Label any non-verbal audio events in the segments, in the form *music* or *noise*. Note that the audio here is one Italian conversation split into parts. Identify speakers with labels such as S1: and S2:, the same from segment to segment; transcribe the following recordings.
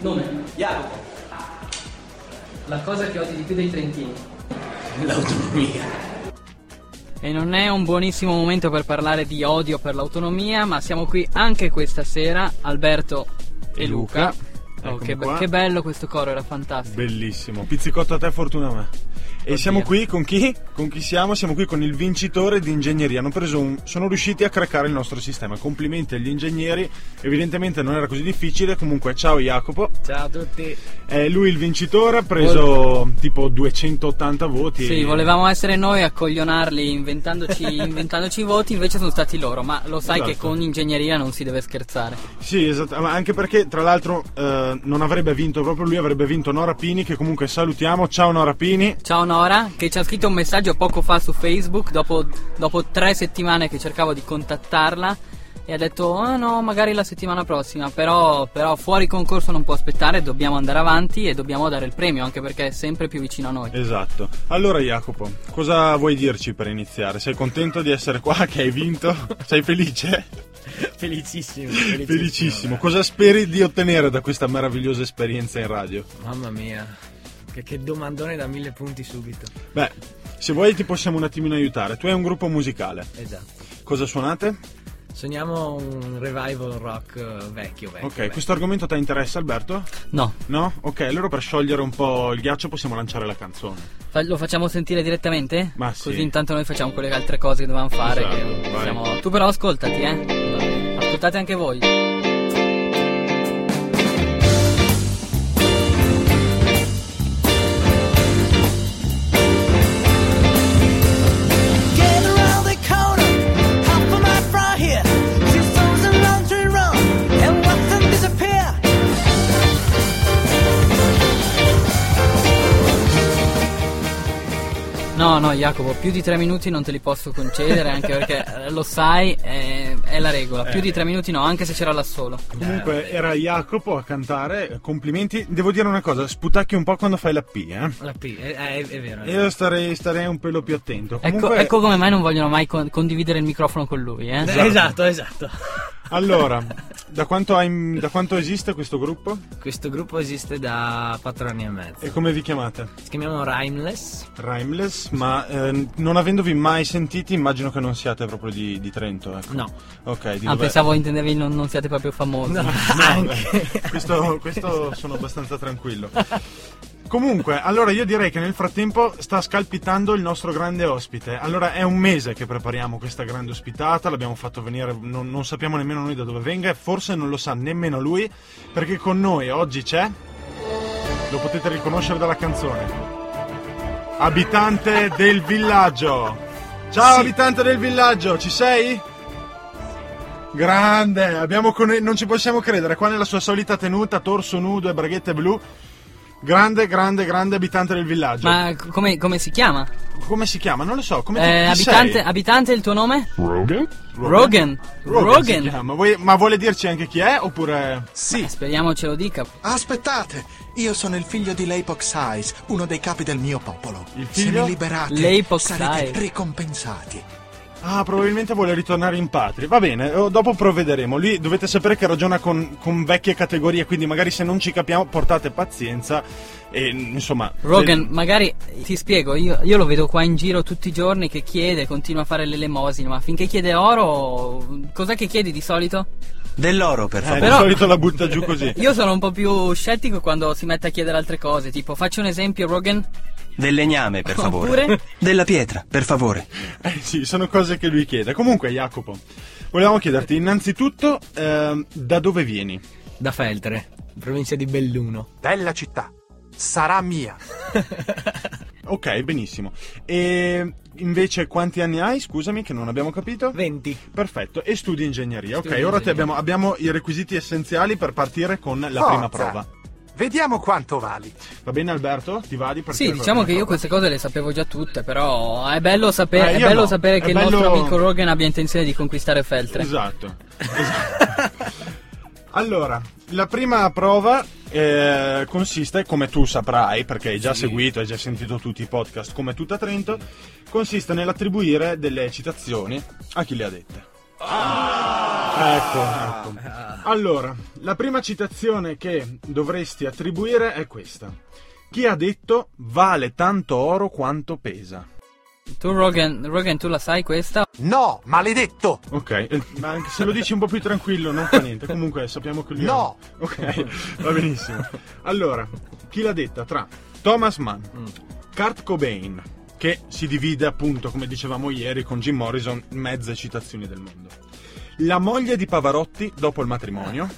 S1: Nome.
S2: Jacopo.
S1: La cosa che odi di più dei trentini. *laughs*
S2: L'autonomia.
S1: E non è un buonissimo momento per parlare di odio per l'autonomia, ma siamo qui anche questa sera, Alberto e,
S3: E
S1: Luca.
S3: Luca.
S1: Oh,
S3: Eccomi
S1: che, be-
S3: qua.
S1: che bello questo coro, era fantastico.
S3: Bellissimo, pizzicotto a te, fortuna a me. E
S1: Oddio.
S3: siamo qui con chi? Con chi siamo? Siamo qui con il vincitore di ingegneria. Hanno preso un- Sono riusciti a craccare il nostro sistema. Complimenti agli ingegneri. Evidentemente non era così difficile. Comunque, ciao Jacopo.
S1: Ciao a tutti.
S3: È lui il vincitore, ha preso tipo 280 voti.
S1: Sì,
S3: E-
S1: volevamo essere noi a coglionarli inventandoci, inventandoci i voti, invece sono stati loro, ma lo sai che
S3: Esatto.
S1: con ingegneria non si deve scherzare.
S3: Sì, esatto. Ma anche perché, tra l'altro, eh, non avrebbe vinto proprio lui, avrebbe vinto Nora Pini, che comunque salutiamo. Ciao Nora Pini.
S1: Ciao Nora, che ci ha scritto un messaggio poco fa su Facebook, dopo, dopo tre settimane che cercavo di contattarla, e ha detto, oh no, magari la settimana prossima, però, però fuori concorso non può aspettare, dobbiamo andare avanti e dobbiamo dare il premio, anche perché è sempre più vicino a noi.
S3: Esatto. Allora Jacopo, cosa vuoi dirci per iniziare? Sei contento di essere qua *laughs* che hai vinto? Sei felice?
S4: *laughs*
S5: Felicissimo, felicissimo.
S3: Felicissimo. Cosa speri di ottenere da questa meravigliosa esperienza in radio?
S5: Mamma mia, che, che domandone da mille punti subito.
S3: Beh, se vuoi ti possiamo un attimino aiutare. Tu hai un gruppo musicale.
S5: Esatto.
S3: Cosa suonate?
S5: Sogniamo un revival rock eh, vecchio, vecchio.
S3: Ok,
S5: vecchio.
S3: questo argomento ti interessa Alberto?
S1: No,
S3: No? Ok, allora per sciogliere un po' il ghiaccio possiamo lanciare la canzone.
S1: fa- lo facciamo sentire direttamente?
S3: Ma sì.
S1: Così intanto noi facciamo quelle altre cose che dovevamo fare.
S3: Esatto,
S1: che
S3: vai.
S1: siamo- Tu però ascoltati, eh. Ascoltate anche voi.
S6: Gather round the corner, hop on my fry here. She throws a laundry run and watch them disappear.
S1: No, no, Jacopo, più di tre minuti non te li posso concedere, anche perché eh, lo sai, è, è la regola. Più
S3: Eh.
S1: di tre minuti no, anche se c'era l'assolo.
S3: Comunque era Jacopo a cantare. Complimenti. Devo dire una cosa, sputacchi un po' quando fai la P, eh.
S5: La P, eh, eh, è, è vero. è
S3: Io starei, starei un pelo più attento.
S1: Ecco,
S3: Comunque,
S1: ecco come mai non vogliono mai con- condividere il microfono con lui, eh?
S5: vero. Eh, Esatto, esatto.
S3: Allora, da quanto, hai- da quanto esiste questo gruppo?
S5: Questo gruppo esiste da 4 anni e mezzo.
S3: E come vi chiamate?
S5: Si chiamiamo Rhymeless.
S3: Rhymeless, ma ehm, non avendovi mai sentiti immagino che non siate proprio di, di Trento. Ecco.
S5: *laughs* No.
S3: Ok, di
S1: Ah,
S3: dov'è?
S1: pensavo intendevi non, non siate proprio famosi.
S5: *laughs*
S3: No, beh, questo, questo sono abbastanza tranquillo. Comunque, allora io direi che nel frattempo sta scalpitando il nostro grande ospite. Allora è un mese che prepariamo questa grande ospitata, l'abbiamo fatto venire, non, non sappiamo nemmeno noi da dove venga e forse non lo sa nemmeno lui, perché con noi oggi c'è, lo potete riconoscere dalla canzone, abitante del villaggio. Ciao abitante del villaggio, ci sei? Grande, abbiamo con- non ci possiamo credere, qua nella sua solita tenuta, torso nudo e braghette blu. Grande, grande, grande abitante del villaggio.
S1: Ma c- come, come si chiama?
S3: Come si chiama? Non lo so, come
S1: Eh,
S3: ti- chi
S1: abitante,
S3: sei?
S1: abitante, il tuo nome? Rogan.
S3: Rogan? Rogan si
S1: Rogan.
S3: chiama. Vuoi- ma vuole dirci anche chi è oppure...
S1: Sì. speriamo ce lo dica.
S4: Eh, Aspettate, io sono il figlio di Leipox Size, uno dei capi del mio popolo.
S3: Il
S4: Se
S3: figlio?
S4: mi liberate,
S1: Leipox
S4: sarete
S1: Size.
S4: ricompensati.
S3: Ah, probabilmente vuole ritornare in patria. Va bene, oh, dopo provvederemo. Lì dovete sapere che ragiona con, con vecchie categorie, quindi magari se non ci capiamo portate pazienza e insomma...
S1: Rogan, magari eh, ti spiego, io, io lo vedo qua in giro tutti i giorni che chiede, continua a fare l'elemosina, ma finché chiede oro, cos'è che chiedi di solito?
S4: Dell'oro, per
S3: Eh,
S4: favore.
S3: Di
S1: però-
S3: solito la butta giù così. *laughs*
S1: Io sono un po' più scettico quando si mette a chiedere altre cose, tipo faccio un esempio, Rogan,
S4: Del legname,
S3: *laughs*
S4: per favore.
S1: Oppure?
S4: Della pietra, per favore.
S3: Eh sì, sono cose che lui chiede. Comunque, Jacopo, volevamo chiederti innanzitutto ehm, da dove vieni.
S5: Da Feltre, provincia di *laughs* Belluno.
S4: Bella città. Sarà mia.
S3: Ok, benissimo. E invece quanti anni hai? Scusami che non abbiamo capito.
S5: *laughs* 20.
S3: Perfetto, e studi ingegneria.
S1: Studi
S3: ok, ora ti
S1: ingegneria.
S3: abbiamo, abbiamo i requisiti essenziali per partire con la prima prova.
S4: Vediamo quanto vali.
S3: Va bene Alberto? Ti va di partire?
S1: Sì,
S3: con la
S1: diciamo che
S3: prima
S1: io
S3: prova?
S1: queste cose le sapevo già tutte, però è bello, sapere-
S3: Eh,
S1: è
S3: io
S1: bello
S3: no.
S1: sapere
S3: È
S1: che il
S3: bello-
S1: nostro amico Rogan abbia intenzione di conquistare Feltre.
S3: Esatto. esatto. *laughs* allora, la prima prova eh, consiste, come tu saprai, perché hai già seguito, hai già sentito tutti i podcast come tutta Trento, consiste nell'attribuire delle citazioni a chi le ha dette.
S1: Ah!
S3: Ecco, ecco. Allora, la prima citazione che dovresti attribuire è questa. Chi ha detto vale tanto oro quanto pesa?
S1: Tu, Rogan, Rogan, tu la sai questa?
S7: No, maledetto!
S3: Ok, eh, ma anche se lo dici un po' più tranquillo non fa niente, comunque sappiamo che lui
S7: No.
S3: è- Ok, va benissimo. Allora, chi l'ha detta tra Thomas Mann, Kurt Cobain, che si divide appunto, come dicevamo ieri, con Jim Morrison, mezze citazioni del mondo. La moglie di Pavarotti dopo il matrimonio.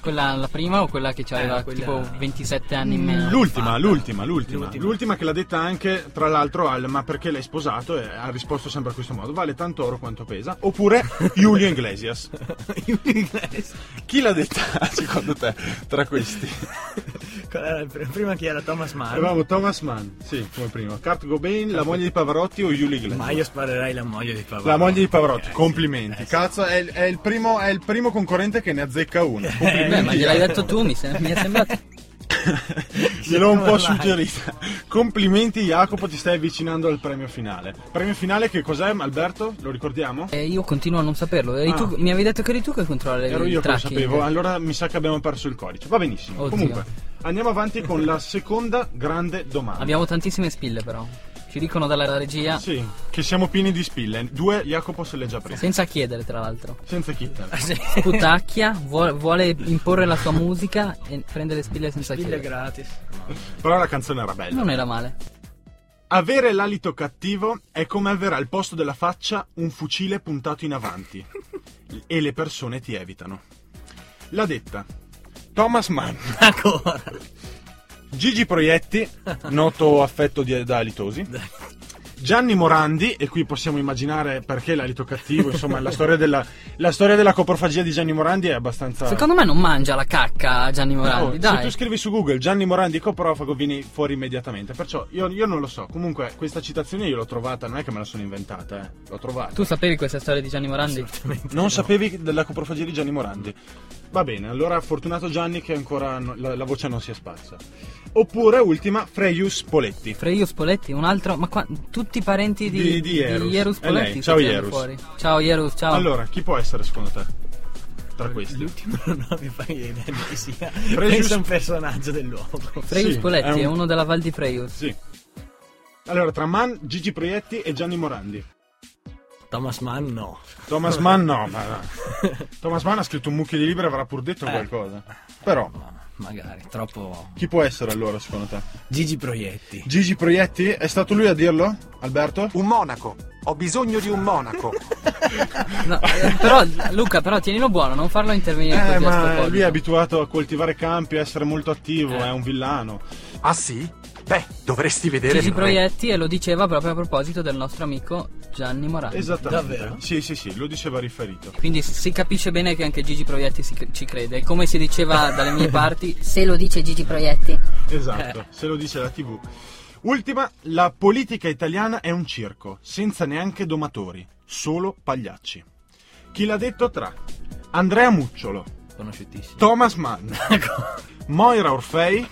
S1: Quella la prima o quella che c'aveva
S5: Eh, quella- Mm.
S1: tipo 27 anni in meno?
S3: L'ultima, l'ultima, l'ultima,
S5: L'ultima.
S3: l'ultima che l'ha detta anche, tra l'altro, al ma perché l'hai sposato e ha risposto sempre a questo modo, vale tanto oro quanto pesa, oppure Julio Iglesias. Chi l'ha detta *laughs* secondo te tra questi?
S5: Qual era il pr- Prima chi era Thomas Mann.
S3: Avevamo Thomas Mann, sì, come prima, Kurt Gobain, la moglie di Pavarotti o Julio Iglesias?
S5: Ma io sparerei la moglie di Pavarotti.
S3: La
S5: *laughs*
S3: moglie di Pavarotti,
S5: Eh, sì.
S3: complimenti.
S5: Eh, sì.
S3: Cazzo, è, il- è il primo, è il primo concorrente che ne azzecca
S5: Eh,
S3: uno.
S1: Beh, ma
S3: Complimenti.
S1: gliel'hai detto tu, mi, sem- mi è
S5: *laughs*
S1: sembrato.
S3: Gliel'ho un po'
S5: Online.
S3: suggerita. Complimenti Jacopo, ti stai avvicinando al premio finale. Premio finale che cos'è, Alberto? Lo ricordiamo?
S1: Eh, io continuo a non saperlo. Eri
S3: Ah.
S1: tu- mi avevi detto che eri tu che controlla
S3: Ero
S1: il
S3: io che lo
S1: tracking.
S3: sapevo, allora mi sa che abbiamo perso il codice. Va benissimo.
S1: Oddio.
S3: Comunque, andiamo avanti con la seconda grande domanda.
S1: Abbiamo tantissime spille, però. Ci dicono dalla regia.
S3: Sì, che siamo pieni di spille. Due Jacopo se le ha già prese.
S1: Senza chiedere, tra l'tro.
S3: Senza chitarra.
S1: Putacchia vuole, vuole imporre la sua musica e prende le spille senza
S5: Mille
S1: chiedere.
S5: gratis.
S3: Però la canzone era bella.
S1: Non era male.
S3: Avere l'alito cattivo è come avere al posto della faccia un fucile puntato in avanti e le persone ti evitano. L'ha detta Thomas Mann.
S5: Ancora.
S3: Gigi Proietti, noto affetto di- da alitosi. Gianni Morandi, e qui possiamo immaginare perché l'alito cattivo, insomma, la storia della, la storia della coprofagia di Gianni Morandi è abbastanza.
S1: Secondo me non mangia la cacca Gianni Morandi,
S3: Oh, se
S1: dai.
S3: tu scrivi su Google Gianni Morandi coprofago vieni fuori immediatamente. Perciò io, io non lo so. Comunque, questa citazione io l'ho trovata, non è che me la sono inventata, eh. L'ho trovata.
S1: Tu sapevi questa storia di Gianni Morandi?
S3: non sapevi della coprofagia di Gianni Morandi. Va bene, allora fortunato Gianni che ancora no- la, la voce non si è sparsa. Oppure, ultima, Freius Poletti.
S1: Freio Spoletti, un altro, ma qua tutti i parenti di,
S3: Di- di Ierus. È lei.
S1: Spoletti. si
S3: Ciao,
S1: tirano
S3: Ierus.
S1: fuori. Ciao Ierus, ciao.
S3: Allora, chi può essere secondo te? Tra questi.
S5: L'ultimo non mi fai idea di chi sia.
S3: Precious-
S5: Penso a un personaggio del luogo.
S1: Freio
S3: sì,
S1: Spoletti
S3: è
S1: è,
S3: un-
S1: uno della Val di Freius.
S3: Sì. Allora, tra Mann, Gigi Proietti e Gianni Morandi.
S5: Thomas Mann no.
S3: Thomas Mann no, ma no. Thomas Mann ha scritto un mucchio di libri avrà pur detto
S1: Eh.
S3: qualcosa. Però,
S5: Ma magari, troppo...
S3: chi può essere allora secondo te?
S5: Gigi Proietti.
S3: Gigi Proietti? È stato lui a dirlo, Alberto?
S7: Un monaco. Ho bisogno di un
S4: *laughs*
S7: monaco.
S1: No, eh, però, Luca, però tienilo buono, non farlo intervenire
S3: Eh,
S1: così a
S3: ma
S1: sproposito.
S3: lui è abituato Eh. a coltivare campi, a essere molto attivo, è un villano.
S7: Ah sì? Beh, dovresti vedere
S1: Gigi
S7: me.
S1: Proietti e lo diceva proprio a proposito del nostro amico Gianni Morandi.
S3: Esattamente.
S5: Davvero?
S3: Sì, sì, sì, lo diceva riferito.
S1: Quindi si capisce bene che anche Gigi Proietti si- ci crede. Come si diceva dalle mie parti,
S8: *laughs* Se lo dice Gigi Proietti.
S3: Esatto, se lo dice la TV. Ultima, la politica italiana è un circo, senza neanche domatori, solo pagliacci. Chi l'ha detto tra Andrea Mucciolo,
S5: Conosciutissimo.
S3: Thomas Mann, Moira Orfei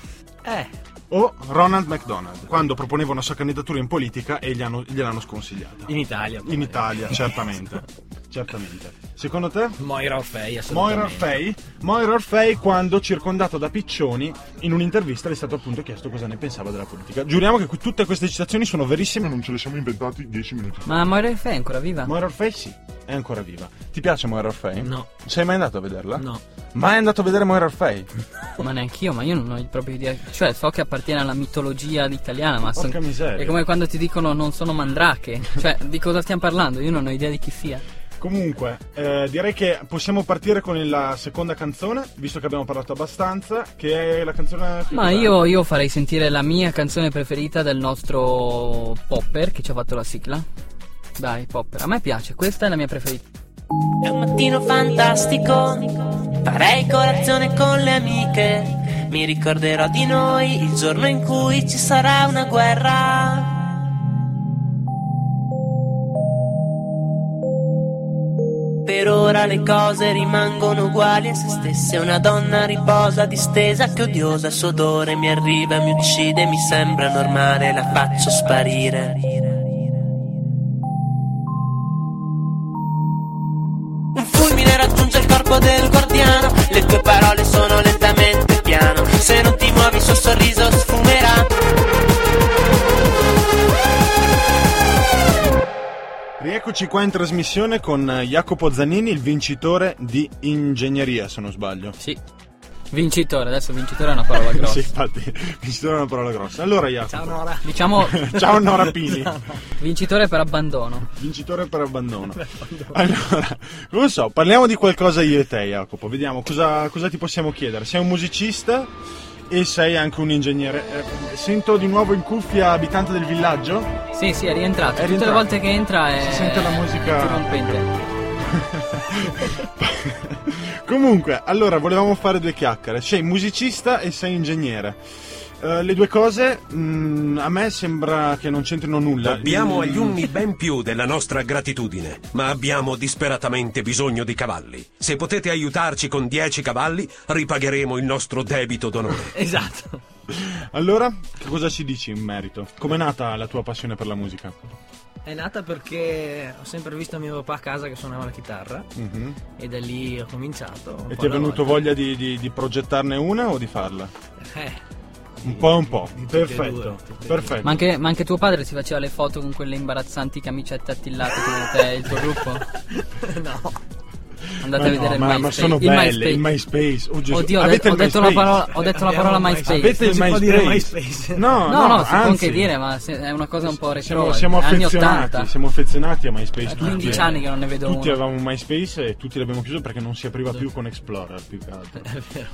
S5: Eh,
S3: o Ronald McDonald, quando proponevano la sua candidatura in politica e gli hanno- gliel'hanno sconsigliata.
S5: in Italia. poi.
S3: In Italia, certamente. certamente. Secondo te?
S5: Moira Orfei, assolutamente.
S3: Moira Orfei? Moira Orfei quando circondato da piccioni in un'intervista le è stato appunto chiesto cosa ne pensava della politica. Giuriamo che qui tutte queste citazioni sono verissime.
S9: non ce le siamo inventati 10 minuti fa.
S1: ma Moira Orfei è ancora viva?
S3: Moira Orfei sì, è ancora viva. Ti piace Moira Orfei?
S5: No.
S3: Sei mai andato a vederla?
S5: No.
S3: Mai andato a vedere Moira Orfei?
S1: Ma neanche io, ma io non ho proprio idea. Cioè, so che appartiene alla mitologia italiana, ma
S3: Porca miseria.
S1: È come quando ti dicono non sono mandrache. Cioè, di cosa stiamo parlando? Io non ho idea di chi sia.
S3: Comunque, eh, direi che possiamo partire con la seconda canzone, visto che abbiamo parlato abbastanza, che è la canzone... più
S1: Ma
S3: bella.
S1: io, io farei sentire la mia canzone preferita del nostro Popper che ci ha fatto la sigla. Dai, Popper, a me piace, questa è la mia preferita.
S6: È un mattino fantastico, farei colazione con le amiche, mi ricorderò di noi il giorno in cui ci sarà una guerra. Per ora le cose rimangono uguali a se stesse, una donna riposa distesa che odiosa, il suo odore mi arriva, mi uccide, mi sembra normale, la faccio sparire. Un fulmine raggiunge il corpo Le tue parole sono lentamente piano Se non ti muovi il suo sorriso sfumerà
S3: Rieccoci qua in trasmissione con eh, Jacopo Zanini, il vincitore di ingegneria, se non sbaglio.
S1: Sì. Vincitore, adesso vincitore è una parola grossa.
S3: *laughs* sì, infatti, vincitore è una parola grossa. Allora, Jacopo.
S5: Ciao Nora.
S1: Diciamo
S3: Ciao Nora Pini,
S1: vincitore per abbandono.
S3: vincitore *laughs* per abbandono. Allora, non so, parliamo di qualcosa io e te, Jacopo. Vediamo cosa, cosa ti possiamo chiedere. Sei un musicista e sei anche un ingegnere. Eh, sento di nuovo in cuffia abitante del *laughs* villaggio.
S1: Sì, sì, è rientrato. Tutte
S3: È
S1: le
S3: rientrato.
S1: volte che entra è
S3: Si sente la musica-
S1: interrompente.
S3: Comunque, allora, volevamo fare due chiacchiere. Sei musicista e sei ingegnere. Eh, le due cose mh, a me sembra che non c'entrino nulla.
S8: Abbiamo
S3: Mm,
S8: agli unni ben più della nostra gratitudine, ma abbiamo disperatamente bisogno di cavalli. Se potete aiutarci con 10 cavalli, ripagheremo il nostro debito d'onore.
S1: Esatto.
S3: Allora, che cosa ci dici in merito? Com'è nata la tua passione per la musica?
S5: È nata perché ho sempre visto mio papà a casa che suonava la chitarra
S3: Mhm.
S5: e da lì ho cominciato. un
S3: E ti
S5: po'
S3: è
S5: alla
S3: venuto
S5: volta.
S3: voglia di, di- di progettarne una o di farla?
S5: Eh,
S3: Un po' un po'.
S5: tutte e due,
S3: Perfetto.
S5: tutte e due.
S3: Perfetto.
S1: Ma anche, ma anche tuo padre si faceva le foto con quelle imbarazzanti camicette attillate come te e il tuo gruppo?
S5: *laughs* no.
S1: Andate
S3: Ma
S1: a
S3: no,
S1: vedere
S3: ma,
S1: il MySpace.
S3: ma sono
S1: il
S3: belle, il
S1: MySpace.
S3: MySpace. Oh, Gesù.
S1: Oddio, ho,
S3: Avete
S1: detto-
S3: il
S1: ho detto la
S3: MySpace?
S1: parola, ho detto la
S5: Abbiamo
S1: parola
S5: un
S1: MySpace.
S3: Avete il
S5: Non si può
S3: MySpace?
S5: dire MySpace.
S3: No,
S1: No, no, si può
S3: anzi.
S1: anche dire, ma se- è una cosa un po' retro.
S3: Siamo, siamo
S1: anni
S3: affezionati,
S1: 80.
S3: siamo affezionati a MySpace.
S1: Eh,
S3: tutti.
S1: 15 anni che non ne vedo
S3: Tutti
S1: uno.
S3: avevamo MySpace e tutti l'abbiamo chiuso perché non si apriva più con Explorer, più che altro.
S5: È vero.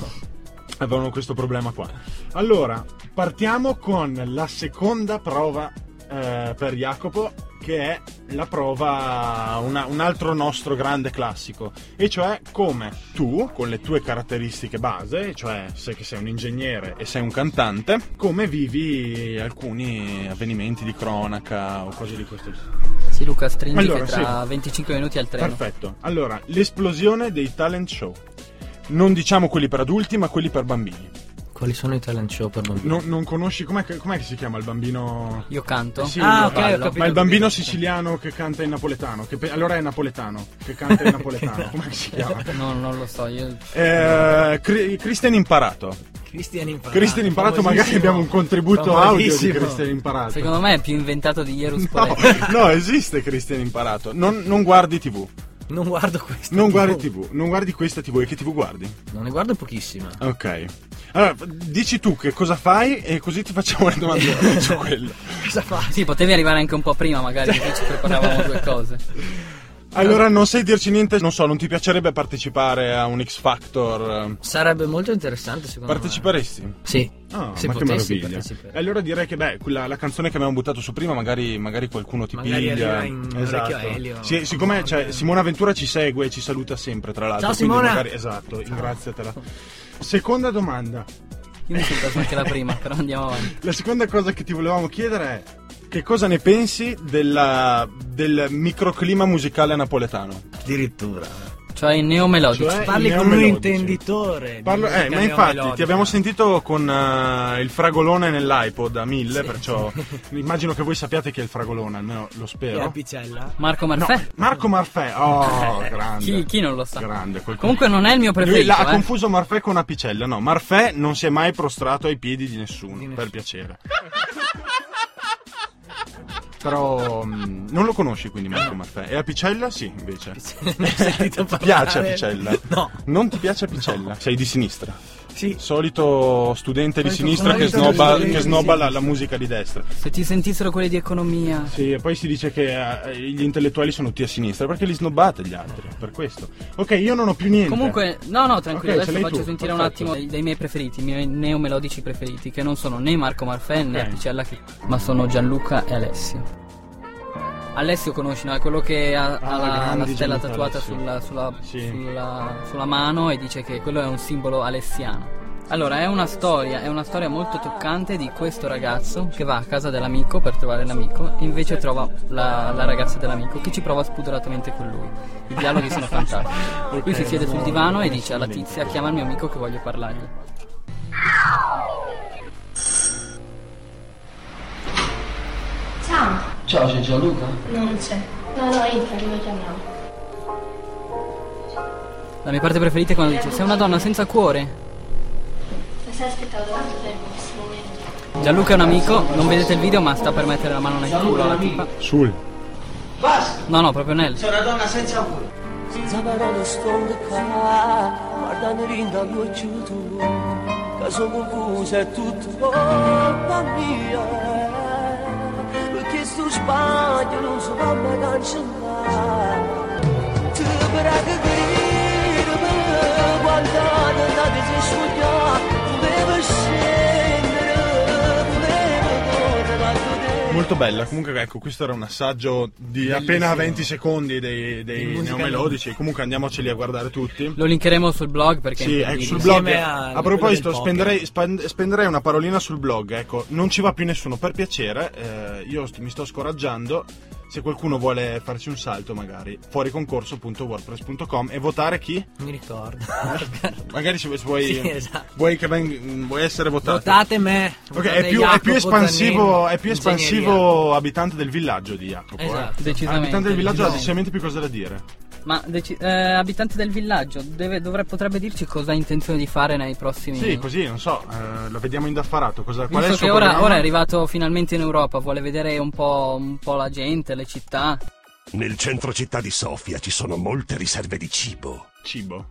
S3: Avevano questo problema qua. Allora, partiamo con la seconda prova eh, per Jacopo, che è la prova, una- un altro nostro grande classico, e cioè come tu, con le tue caratteristiche base, e cioè se che sei un ingegnere e sei un cantante, come vivi alcuni avvenimenti di cronaca o cose di questo genere.
S1: Sì, Luca, stringi
S3: Allora,
S1: che tra 25 minuti al treno.
S3: Perfetto. Allora, l'esplosione dei talent show. Non diciamo quelli per adulti, ma quelli per bambini.
S5: Quali sono i talent show per bambini?
S3: Non, non conosci com'è, che- com'è che si chiama il bambino?
S1: Io canto.
S3: Sì,
S5: Ah,
S3: lo
S5: ok,
S3: ballo.
S5: ho capito,
S3: Ma il
S5: ho
S3: bambino
S5: capito.
S3: siciliano che canta in napoletano. Che pe- allora è napoletano. Che canta in
S5: *laughs*
S3: napoletano. Com'è che si chiama?
S1: No, non lo so, io
S3: Eh, Cri- Christian Imparato.
S5: Cristian Imparato.
S3: Christian Imparato, magari
S5: Ah, famosissimo.
S3: abbiamo un contributo audio di
S5: Famosissimo.
S3: Christian Imparato.
S1: secondo me è più inventato di Ierus
S3: No,
S1: Poletti.
S3: no, esiste Christian Imparato. Non, non guardi TV.
S5: Non guardo questo.
S3: Non guardi TV. Non guardi questa TV. E che TV guardi?
S5: Non ne guardo pochissima.
S3: Ok. Allora, dici tu che cosa fai e così ti facciamo le domande
S5: *laughs*
S3: su quello.
S5: Cosa fai?
S1: Sì, potevi arrivare anche un po' prima, magari, così ci preparavamo due cose.
S3: Allora, non sai dirci niente, non so, non ti piacerebbe partecipare a un X Factor? eh?
S5: Sarebbe molto interessante secondo me.
S3: Parteciperesti?
S5: Sì.
S3: Ah,
S5: Se
S3: ma che
S5: potessi
S3: meraviglia.
S5: partecipare.
S3: E allora direi che, beh, quella, la canzone che abbiamo buttato su prima, magari, magari qualcuno ti
S5: Magari
S3: piglia.
S5: arriva in
S3: esatto.
S5: orecchio a Elio.
S3: Sì, siccome cioè, Simona Ventura ci segue e ci saluta sempre, tra l'altro.
S5: Ciao,
S3: quindi
S5: Simona!
S3: magari- esatto, ringraziatela. Seconda domanda.
S1: Io mi sono perso anche la prima, però andiamo avanti.
S3: La seconda cosa che ti volevamo chiedere è che cosa ne pensi della- del microclima musicale napoletano?
S5: Addirittura.
S1: Cioè, i neomelodici.
S3: Cioè-
S5: Parli
S3: Eh,
S5: con un
S3: neomelodici.
S5: intenditore. di
S3: Parlo- eh,
S5: musica
S3: ma infatti
S5: neomelodica.
S3: ti abbiamo sentito con eh, il fragolone nell'iPod a mille, perciò
S1: *laughs*
S3: immagino che voi sappiate che è il fragolone, almeno lo
S5: E la
S3: spero. *laughs*
S5: Picella.
S1: Marco
S3: No,
S1: Marfè.
S3: Marco Marfè, oh,
S1: *laughs*
S3: grande.
S1: Chi, chi non lo sa?
S3: Grande, quel-
S1: Comunque non è il mio
S3: Lui l'ha-
S1: preferito,
S3: ha
S1: eh.
S3: confuso Marfè con Apicella. No, Marfè non si è mai prostrato ai piedi di nessuno,
S5: Di
S3: per
S5: nessuno.
S3: piacere. Però mm, non lo conosci quindi Marco Marfè. E Apicella sì, invece.
S5: Ne ho sentito
S3: Ti
S5: parlare.
S3: piace *laughs* Apicella?
S5: Eh, No.
S3: Non ti piace Apicella? Sei di sinistra.
S5: Sì.
S3: Solito studente di
S5: Solito
S3: sinistra che
S5: solito
S3: snobba,
S5: studente
S3: che
S5: di
S3: snobba la,
S5: sinistra.
S3: la musica di destra.
S1: Se ti sentissero quelli di economia.
S3: Sì, e poi si dice che eh, gli intellettuali sono tutti a sinistra perché li snobbate gli altri, per questo. Ok, io non ho più niente.
S1: Comunque, no, no, tranquillo,
S3: Ok, ce
S1: adesso
S3: l'hai
S1: faccio
S3: tu,
S1: sentire
S3: perfetto.
S1: un attimo dei, dei miei preferiti, i miei neomelodici preferiti, che non sono né Marco Marfè né
S3: Ok.
S1: Apicella, che- ma sono Gianluca e Alessio. Alessio conosci, no? È quello che ha, ha
S3: Ah,
S1: la, la
S3: grande
S1: stella
S3: Gianluca
S1: tatuata
S3: Alessio.
S1: sulla, sulla-
S3: Sì.
S1: sulla- sulla mano e dice che quello è un simbolo alessiano. Allora, è una storia, è una storia molto toccante di questo ragazzo che va a casa dell'amico per trovare l'amico, e invece trova la, la ragazza dell'amico che ci prova spudoratamente con lui. I dialoghi
S3: *laughs*
S1: sono fantastici. Lui si siede sul divano e dice alla tizia: chiama il mio amico che voglio parlargli.
S10: Ciao,
S2: Ciao, c'è Gianluca?
S10: non c'è. No, no, entra, noi chiamiamo.
S1: La mia parte preferita è quando dice sei una donna senza cuore. Gianluca è un amico, non vedete il video ma sta per mettere la mano nel culo alla tipa.
S3: Sul.
S2: Basta!
S1: No, no, proprio nel.
S2: Sei una donna senza cuore.
S6: Senza parole sto qua, guardando rinda gli occhi tuoi, che sono confusa e tutto colpa mia. Perché sto sbaglio non so mamma cancellare. Ti prego grido per guardare, andate se sfogliare, volevo scendere, volevo tornare.
S3: Molto bella, comunque ecco, questo era un assaggio di appena 20 secondi dei, dei neomelodici, comunque andiamoceli a guardare tutti.
S1: Lo linkeremo sul blog perché
S3: Sì,
S1: è
S3: ecco, sul
S1: incredibile.
S3: blog.
S5: Insieme a-
S3: A,
S5: quello
S3: proposito,
S5: del poker.
S3: spenderei, spend- spenderei una parolina sul blog. Ecco, non ci va più nessuno, per piacere. eh, io st- mi sto scoraggiando. Se qualcuno vuole farci un salto, magari fuoriconcorso.wordpress.com e votare chi?
S5: Non
S3: *laughs*
S5: mi ricordo.
S3: Magari se vu- se vuoi,
S5: Sì, esatto.
S3: vuoi, che veng- vuoi essere votato.
S5: Votate me.
S3: Ok, è più, è più espansivo, è più espansivo abitante del villaggio di Jacopo. eh.
S5: Esatto.
S1: ecco. Decisamente.
S3: Abitante del villaggio ha
S1: decisamente.
S3: decisamente più cose da dire.
S1: Ma deci- eh, abitanti del villaggio, deve- dovre- potrebbe dirci cosa ha intenzione di fare nei prossimi
S3: Sì, così, non so, eh, lo vediamo indaffarato. Cosa, qual è il
S1: Visto
S3: suo
S1: che ora,
S3: programma?
S1: ora è arrivato finalmente in Europa, vuole vedere un po', un po' la gente, le città.
S8: Nel centro città di Sofia ci sono molte riserve di cibo.
S3: Cibo.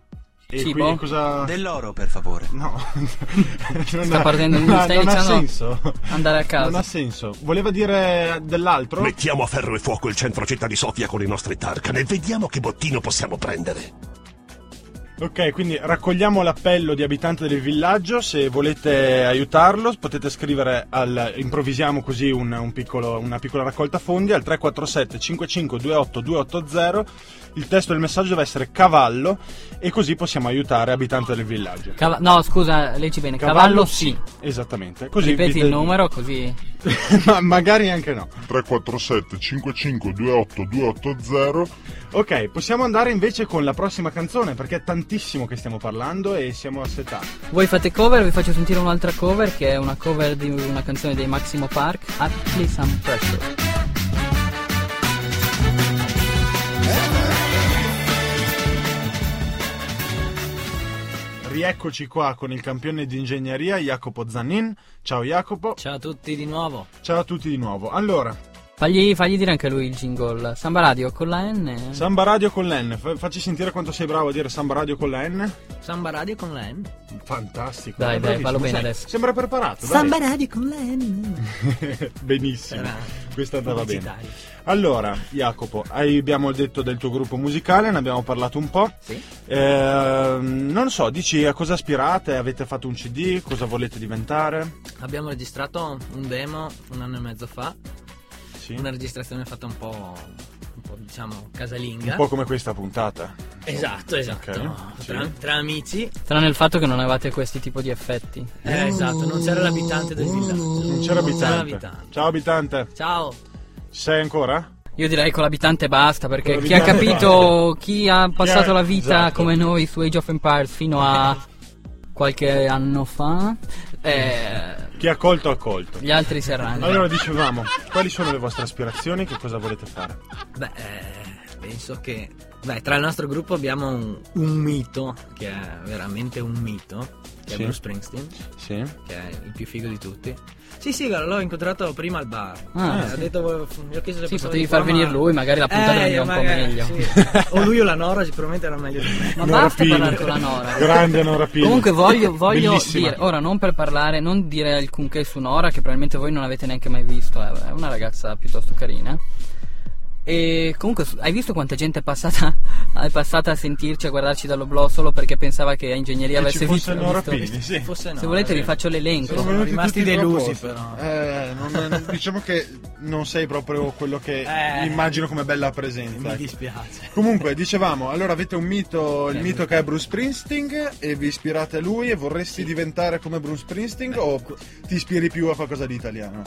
S3: E
S1: Cibo?
S3: qui cosa...
S10: Dell'oro, per favore.
S3: No, *laughs* non
S1: Sta
S3: ha-
S1: partendo-
S3: non ha-
S1: stai
S3: non ha
S1: iniziando
S3: senso.
S1: andare a casa.
S3: Non ha senso. Voleva dire dell'altro?
S8: Mettiamo a ferro e fuoco il centro città di Sofia con i nostri Tarkan e vediamo che bottino possiamo prendere.
S3: Ok, quindi raccogliamo l'appello di abitante del villaggio. Se volete aiutarlo, potete scrivere al. improvvisiamo così un- un piccolo- una piccola raccolta fondi al 347 5528 280. Il testo del messaggio deve essere cavallo, e così possiamo aiutare abitante del villaggio.
S1: Cava- no, scusa, leggi bene. Cavallo, sì.
S3: Esattamente. Così
S1: Ripeti
S3: vi-
S1: il numero così.
S3: *laughs* Ma magari anche no.
S9: 347 5528 280
S3: Ok, possiamo andare invece con la prossima canzone perché è tantissimo che stiamo parlando e siamo assetati.
S1: Voi fate cover, vi faccio sentire un'altra cover che è una cover di una canzone dei Maximo Park, Actually Some Pressure.
S3: Rieccoci qua con il campione di ingegneria Jacopo Zanin. Ciao Jacopo.
S5: Ciao a tutti di nuovo.
S3: Ciao a tutti di nuovo. Allora,
S1: Fagli, fagli dire anche lui il jingle. Samba Radio con la N. eh?
S3: Samba Radio con l'N. Fa- facci sentire quanto sei bravo a dire Samba Radio con la N.
S5: Samba Radio con la N.
S3: Fantastico.
S1: Dai, dai,
S3: bravissimo.
S1: fallo bene
S3: Sai,
S1: adesso.
S3: Sembra preparato. dai.
S5: Radio con la N.
S3: *laughs*
S1: Eh,
S3: Benissimo.
S5: Era
S3: Questa andava bene.
S5: pubblicitario.
S3: Allora, Jacopo, hai- abbiamo detto del tuo gruppo musicale, ne abbiamo parlato un po'.
S5: Sì.
S3: Ehm, non so, dici a cosa aspirate? Avete fatto un CD? Cosa volete diventare?
S5: Abbiamo registrato un demo un anno e mezzo fa.
S3: Sì.
S5: Una registrazione fatta un po', un po' diciamo casalinga.
S3: Un po' come questa puntata.
S5: Esatto, esatto.
S3: Ok,
S5: Tra,
S3: sì.
S5: tra amici.
S1: Tranne il fatto che non avevate questi tipo di effetti.
S5: Eh, esatto, non c'era l'abitante del villaggio.
S3: Mm, Non c'era abitante.
S5: l'abitante.
S3: Ciao abitante.
S5: Ciao.
S3: Ci sei ancora?
S1: Io direi con l'abitante basta perché
S3: Con
S1: chi ha
S3: l'abitante
S1: capito, chi ha passato
S3: Chi ha-
S1: la vita
S3: esatto.
S1: come noi su Age of Empires fino a qualche anno fa, eh,
S3: Chi ha colto ha colto.
S1: gli altri si arrangiano.
S3: Allora dicevamo, quali sono le vostre aspirazioni? Che cosa volete fare?
S5: Beh, eh, penso che. Beh, tra il nostro gruppo abbiamo un, un mito, che è veramente un mito,
S3: Sì.
S5: che è Bruce Springsteen,
S3: Sì.
S5: che è il più figo di tutti. Sì, sì, guarda, l'ho incontrato prima al bar.
S1: Ah,
S5: Eh,
S1: sì.
S5: Ha detto, volevo- gli ho chiesto se
S1: Sì,
S5: passava
S1: potevi
S5: di qua,
S1: far venire
S5: ma-
S1: lui, magari la puntata
S5: Eh,
S1: veniva un po'
S5: magari,
S1: meglio.
S5: sì. o lui o la Nora, sicuramente era
S3: *laughs*
S5: meglio di me.
S1: Ma
S3: Nora
S1: basta
S3: Pini.
S1: parlare con la Nora.
S3: Grande Nora Pini.
S1: Comunque voglio, voglio
S3: Bellissima.
S1: dire, ora non per parlare, non dire alcunché su Nora, che probabilmente voi non avete neanche mai visto, eh, è una ragazza piuttosto carina. E comunque su- hai visto quanta gente è passata, *laughs* è passata a sentirci, a guardarci dall'oblò solo perché pensava che a ingegneria
S3: Che
S1: avesse
S3: ci fosse
S1: visto-
S3: Nora
S1: visto-
S3: Pini, sì.
S5: Forse no.
S1: Se volete
S5: eh.
S1: vi faccio
S5: Sono
S1: l'elenco.
S5: venuti rimasti
S3: tutti
S5: delusi,
S3: proposti.
S5: però.
S3: Eh, non- non- diciamo che non sei proprio quello che
S5: Eh.
S3: immagino come bella presenza. ecco.
S5: Mi dispiace.
S3: Comunque, dicevamo, allora avete un mito, il mito che è Bruce Springsteen e vi ispirate a lui e
S5: Ecco.
S3: vorresti diventare come Bruce Springsteen o ti ispiri più a qualcosa di italiano?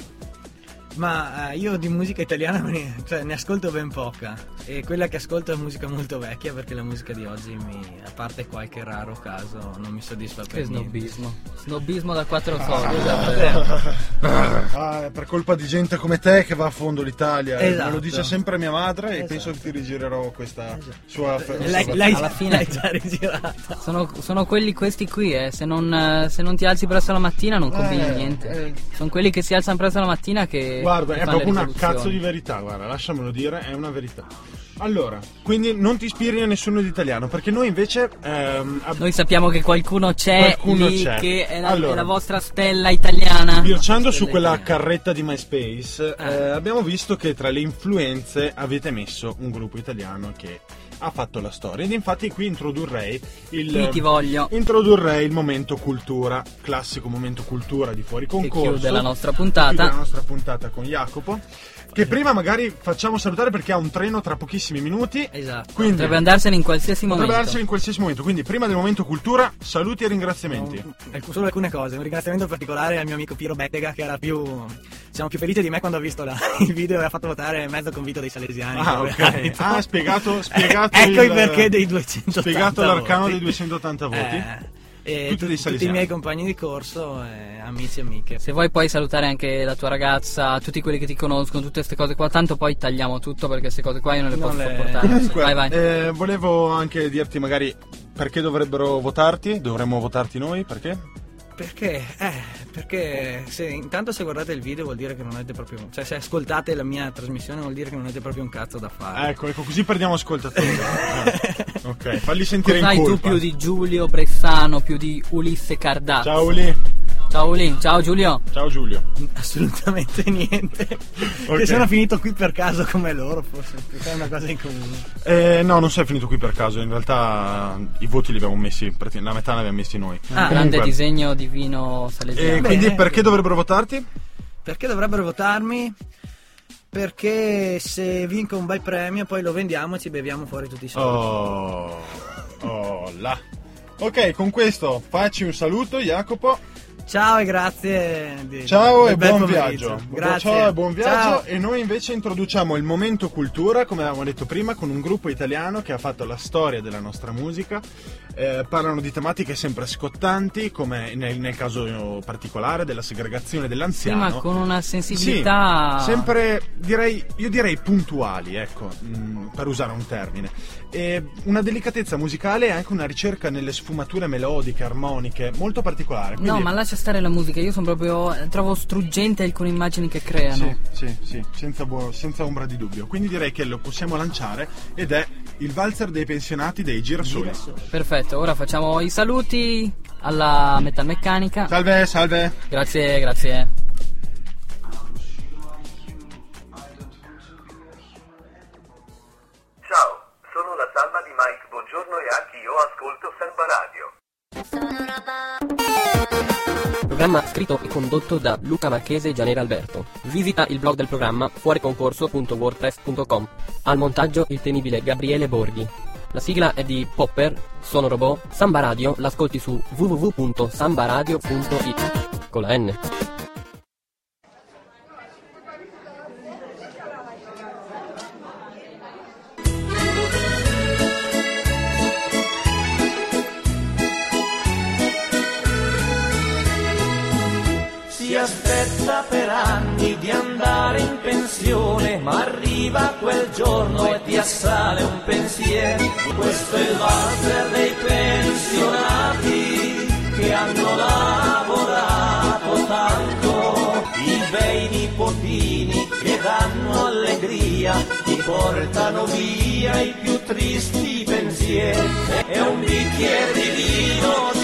S5: Ma eh, io di musica italiana me ne, cioè, ne ascolto ben poca e quella che ascolto è musica molto vecchia perché la musica di oggi, mi, a parte qualche raro caso, non mi soddisfa per
S1: Che
S5: niente.
S1: snobismo. Snobismo da quattro soldi. esatto. davvero.
S3: *laughs* Ah, è per colpa di gente come te che va a fondo l'Italia. Me
S5: Esatto.
S3: Lo dice sempre mia madre e
S5: Esatto.
S3: penso che ti rigirerò questa sua fe-
S5: L'hai,
S3: osservazione.
S5: l'hai-
S1: Alla fine-
S5: l'hai già rigirata.
S1: Sono, sono quelli questi qui, eh. Se non, eh, se non ti alzi presto la mattina non combini
S3: Eh,
S1: niente.
S3: eh.
S1: Sono quelli che si alzano presto la mattina che.
S3: Guarda,
S1: che
S3: è
S1: fanno le
S3: proprio una
S1: rivoluzioni.
S3: cazzo di verità, guarda, lasciamelo dire, è una verità. Allora, quindi non ti ispiri a nessuno di italiano, perché noi invece ehm, ab-
S1: Noi sappiamo che qualcuno c'è
S3: Qualcuno
S1: lì
S3: c'è.
S1: che è la,
S3: Allora.
S1: è la vostra stella italiana.
S3: Sbirciando su
S1: Stella
S3: quella
S1: italiana.
S3: carretta di MySpace, eh, abbiamo visto che tra le influenze avete messo un gruppo italiano che ha fatto la storia. Ed infatti qui introdurrei il
S1: Qui ti voglio.
S3: introdurrei il momento cultura, classico momento cultura di fuori concorso.
S1: chiude la nostra
S3: Che
S1: puntata.
S3: chiude la nostra puntata con Jacopo. Che prima magari facciamo salutare perché ha un treno tra pochissimi minuti.
S5: Esatto.
S3: Quindi
S1: Potrebbe andarsene in qualsiasi
S3: potrebbe
S1: momento.
S3: darsene in qualsiasi momento. Quindi prima del momento cultura, saluti e ringraziamenti.
S5: Alcu- Ecco, Solo alcune cose, un ringraziamento particolare al mio amico Piero Bettega che era più, diciamo, più felice di me quando ha visto la- *laughs* il video e ha fatto votare mezzo convito dei salesiani.
S3: Ah,
S5: per
S3: ok.
S5: *laughs* merito.
S3: Ah, spiegato- spiegato
S5: ecco
S3: il-
S5: il perché dei 280
S3: spiegato l'arcano
S5: voti.
S3: dei 280 voti.
S5: Eh, e
S3: Tutti
S5: tu-
S3: dei
S5: tutti, i
S3: salesiani.
S5: miei compagni di corso, eh, amici e amiche.
S1: Se vuoi puoi salutare anche la tua ragazza, tutti quelli che ti conoscono, tutte queste cose qua, tanto poi tagliamo tutto perché queste cose qua io non le
S5: Non
S1: posso
S5: le-
S1: sopportare.
S3: Comunque,
S1: vai vai.
S3: eh, volevo anche dirti magari perché dovrebbero votarti, dovremmo votarti noi, perché?
S5: Perché? Eh, perché se, intanto se guardate il video vuol dire che non avete proprio... Cioè se ascoltate la mia trasmissione vuol dire che non avete proprio un cazzo da fare.
S3: Ecco, ecco, così perdiamo ascoltatori. *laughs* Eh, ok, falli sentire in
S1: Cos'hai
S3: colpa.
S1: tu più di Giulio Bressano, più di Ulisse Cardazzi?
S3: Ciao Uli,
S1: Ciao Uli, ciao Giulio.
S3: ciao Giulio.
S5: *laughs* Assolutamente niente.
S3: Ok.
S5: Che sono finito qui per caso come loro forse. È una cosa in comune.
S3: Eh, no, non sei finito qui per caso, in realtà eh, i voti li abbiamo messi, prati- la metà li abbiamo messi noi.
S1: Un Ah, grande
S3: Ah. Comunque,
S1: disegno di vino
S3: eh,
S1: salesiano.
S3: quindi
S5: Bene.
S3: perché dovrebbero votarti?
S5: Perché dovrebbero votarmi? Perché se vinco un bel premio poi lo vendiamo e ci beviamo fuori tutti i soldi.
S3: Oh, oh là. Ok, con questo facci un saluto Jacopo.
S5: Ciao e grazie. di-
S3: Ciao
S5: del
S3: e
S5: bel
S3: buon
S5: pomeriggio.
S3: viaggio.
S5: Grazie.
S3: Ciao e buon viaggio.
S5: Ciao.
S3: E noi invece introduciamo il momento cultura, come avevamo detto prima, con un gruppo italiano che ha fatto la storia della nostra musica. Eh, parlano di tematiche sempre scottanti, come nel, nel caso particolare della segregazione dell'anziano.
S1: Prima con una
S3: Sì,
S1: sensibilità.
S3: sempre direi, io direi puntuali, ecco, mm, per usare un termine. E una delicatezza musicale e anche una ricerca nelle sfumature melodiche, armoniche, molto particolare. Quindi,
S1: No, ma lascia stare la musica, io sono proprio. eh, trovo struggente alcune immagini che creano.
S3: Sì, sì, sì, senza, buo- senza ombra di dubbio. Quindi direi che lo possiamo lanciare ed è il valzer dei pensionati dei girasoli.
S1: Perfetto, ora facciamo i saluti alla metalmeccanica.
S3: Salve, salve.
S1: Grazie, grazie.
S10: Ciao, sono la salma di Mike, buongiorno e anche io ascolto Samba Radio.
S6: Programma scritto e condotto da Luca Marchese e Gianera Alberto. Visita il blog del programma fuoriconcorso.wordpress.com. Al montaggio il temibile Gabriele Borghi. La sigla è di Popper, sono robot, Samba Radio, l'ascolti su www.sambaradio.it con la N.
S2: Si aspetta per anni di andare in pensione, ma arriva quel giorno e ti assale un pensiero. Questo è il valzer dei pensionati che hanno lavorato tanto. I bei nipotini che danno allegria, ti portano via i più tristi pensieri. E un bicchiere di vino